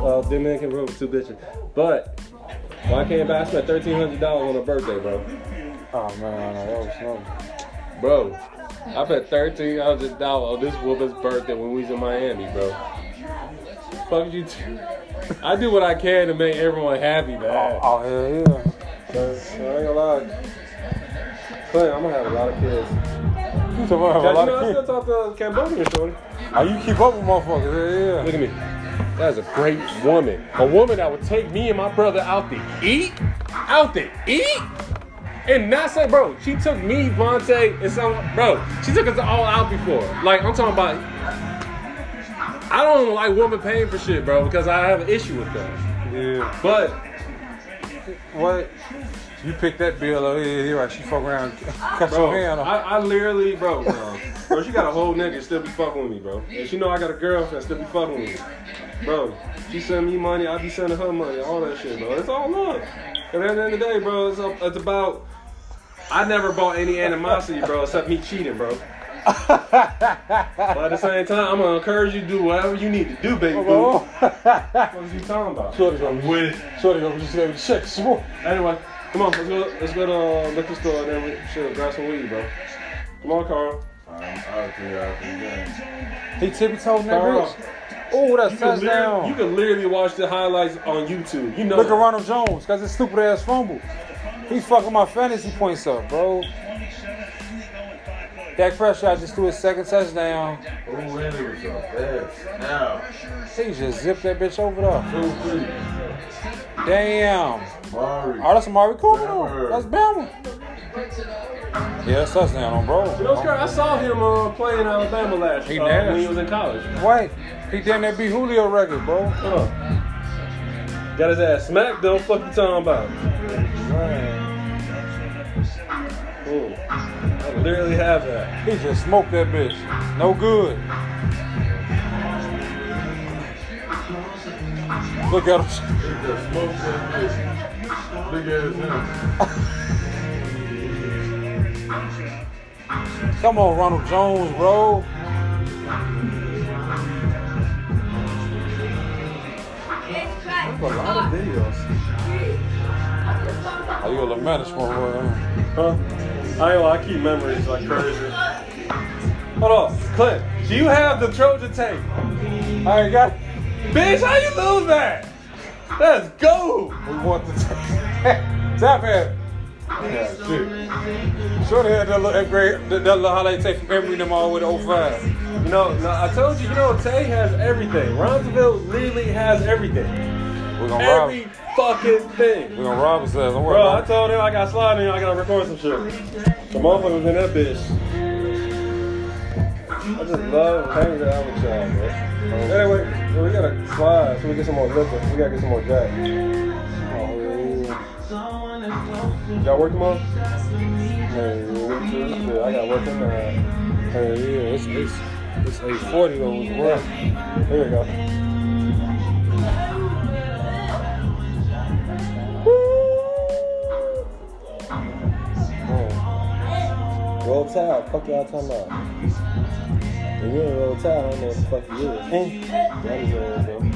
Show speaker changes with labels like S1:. S1: uh, Dominican Republic too bitches. But when I came back, I spent thirteen hundred dollars on her birthday, bro.
S2: Oh man, I know that was snow.
S1: Bro, I spent thirteen hundred dollars on this woman's birthday when we was in Miami, bro. Fuck you too. I do what I can to make everyone happy, man.
S2: Oh hell yeah.
S3: So, so I ain't gonna lie. Clay, I'm gonna have a lot of kids.
S2: You talking about a
S1: Cause, you
S2: lot
S1: know, I
S2: of
S1: still talk
S2: kids?
S1: to Cambodian, shorty.
S2: How you keep up with motherfuckers? Hell yeah.
S1: Look at me. That's a great woman. A woman that would take me and my brother out to eat, out to eat, and not say, bro, she took me, Vontae, and some, bro, she took us all out before. Like, I'm talking about, I don't like women paying for shit, bro, because I have an issue with that.
S2: Yeah.
S1: But,
S2: What? You pick that bill up. Yeah, yeah, right. She fuck around, cut
S1: bro,
S2: your hand
S1: I,
S2: off.
S1: I literally, bro, bro, bro, she got a whole nigga still be fucking with me, bro. And she know I got a girlfriend still be fucking with me. Bro, she send me money, I be sending her money, all that shit, bro. It's all love. And at the end of the day, bro, it's, a, it's about. I never bought any animosity, bro, except me cheating, bro. but at the same time, I'm gonna encourage you to do whatever you need to do, baby boo. What
S2: Oh.
S1: was you talking about?
S2: Shorty gonna with it. Shorty gonna just gave me check some more.
S1: Anyway, come on, let's go. Let's go to uh, liquor store and then we should grab some weed, bro. Come on, Carl.
S3: I'm out there, out there.
S2: He tippy toed that
S1: Carl.
S2: bitch. Oh, that's
S1: You can, literally,
S2: touchdown.
S1: you can literally watch the highlights on YouTube. You know,
S2: Look at
S1: that.
S2: Ronald Jones, cause his stupid ass fumble. He fucking my fantasy points up, bro. Dak Prescott just threw his second touchdown.
S3: Who really was up there? Now,
S2: He just zipped that bitch over there.
S3: two, three.
S2: Damn.
S3: Mari.
S2: Oh, that's Amari Cooper though. That's Bama. Yeah, that's touchdown on bro.
S1: You know, Scar, I saw him uh, playing in Alabama last
S2: He
S1: year uh, when
S2: nasty.
S1: he was in college.
S2: White. He damn that beat Julio record, bro.
S1: Huh. Got his ass smacked though. Fuck you talking about? Ooh. I literally have that.
S2: He just smoked that bitch. No good. Look at him.
S3: He just smoked that bitch. Big ass
S2: Come on, Ronald Jones, bro.
S4: Next
S2: A lot of videos. Are Oh, you a Lamantis, my boy?
S1: Huh? I know. I keep memories like crazy. Hold on, Clint. Do you have the Trojan tape?
S2: I ain't got.
S1: Bitch, how you lose that? That's gold.
S2: We want the tap it.
S3: Yeah, shit.
S2: Should have had that little upgrade, that, that little highlight tape from Emory and them all with 05.
S1: You know, no, I told you, you know, Tay has everything. Ronsville literally has everything.
S2: We're gonna rob.
S1: Every fucking
S2: We're
S1: thing.
S2: gonna rob us. Don't worry.
S1: Bro, I
S2: about it.
S1: told him I got sliding, I gotta record some shit. The motherfuckers in that bitch. I just love hanging out with y'all, bro. Anyway, well, we gotta slide so we get some more liquor. We gotta get some more jack.
S3: Oh.
S1: Y'all work tomorrow? Hey, we
S3: Oh,
S1: Tuesday. I got work tonight.
S2: Hey, yeah, it's it's it's 840 though. It's rough.
S1: Here we go.
S3: Roll Tide. Fuck y'all talking about. If you ain't Roll Tide, I don't know what the fuck you is. That is what it is, though.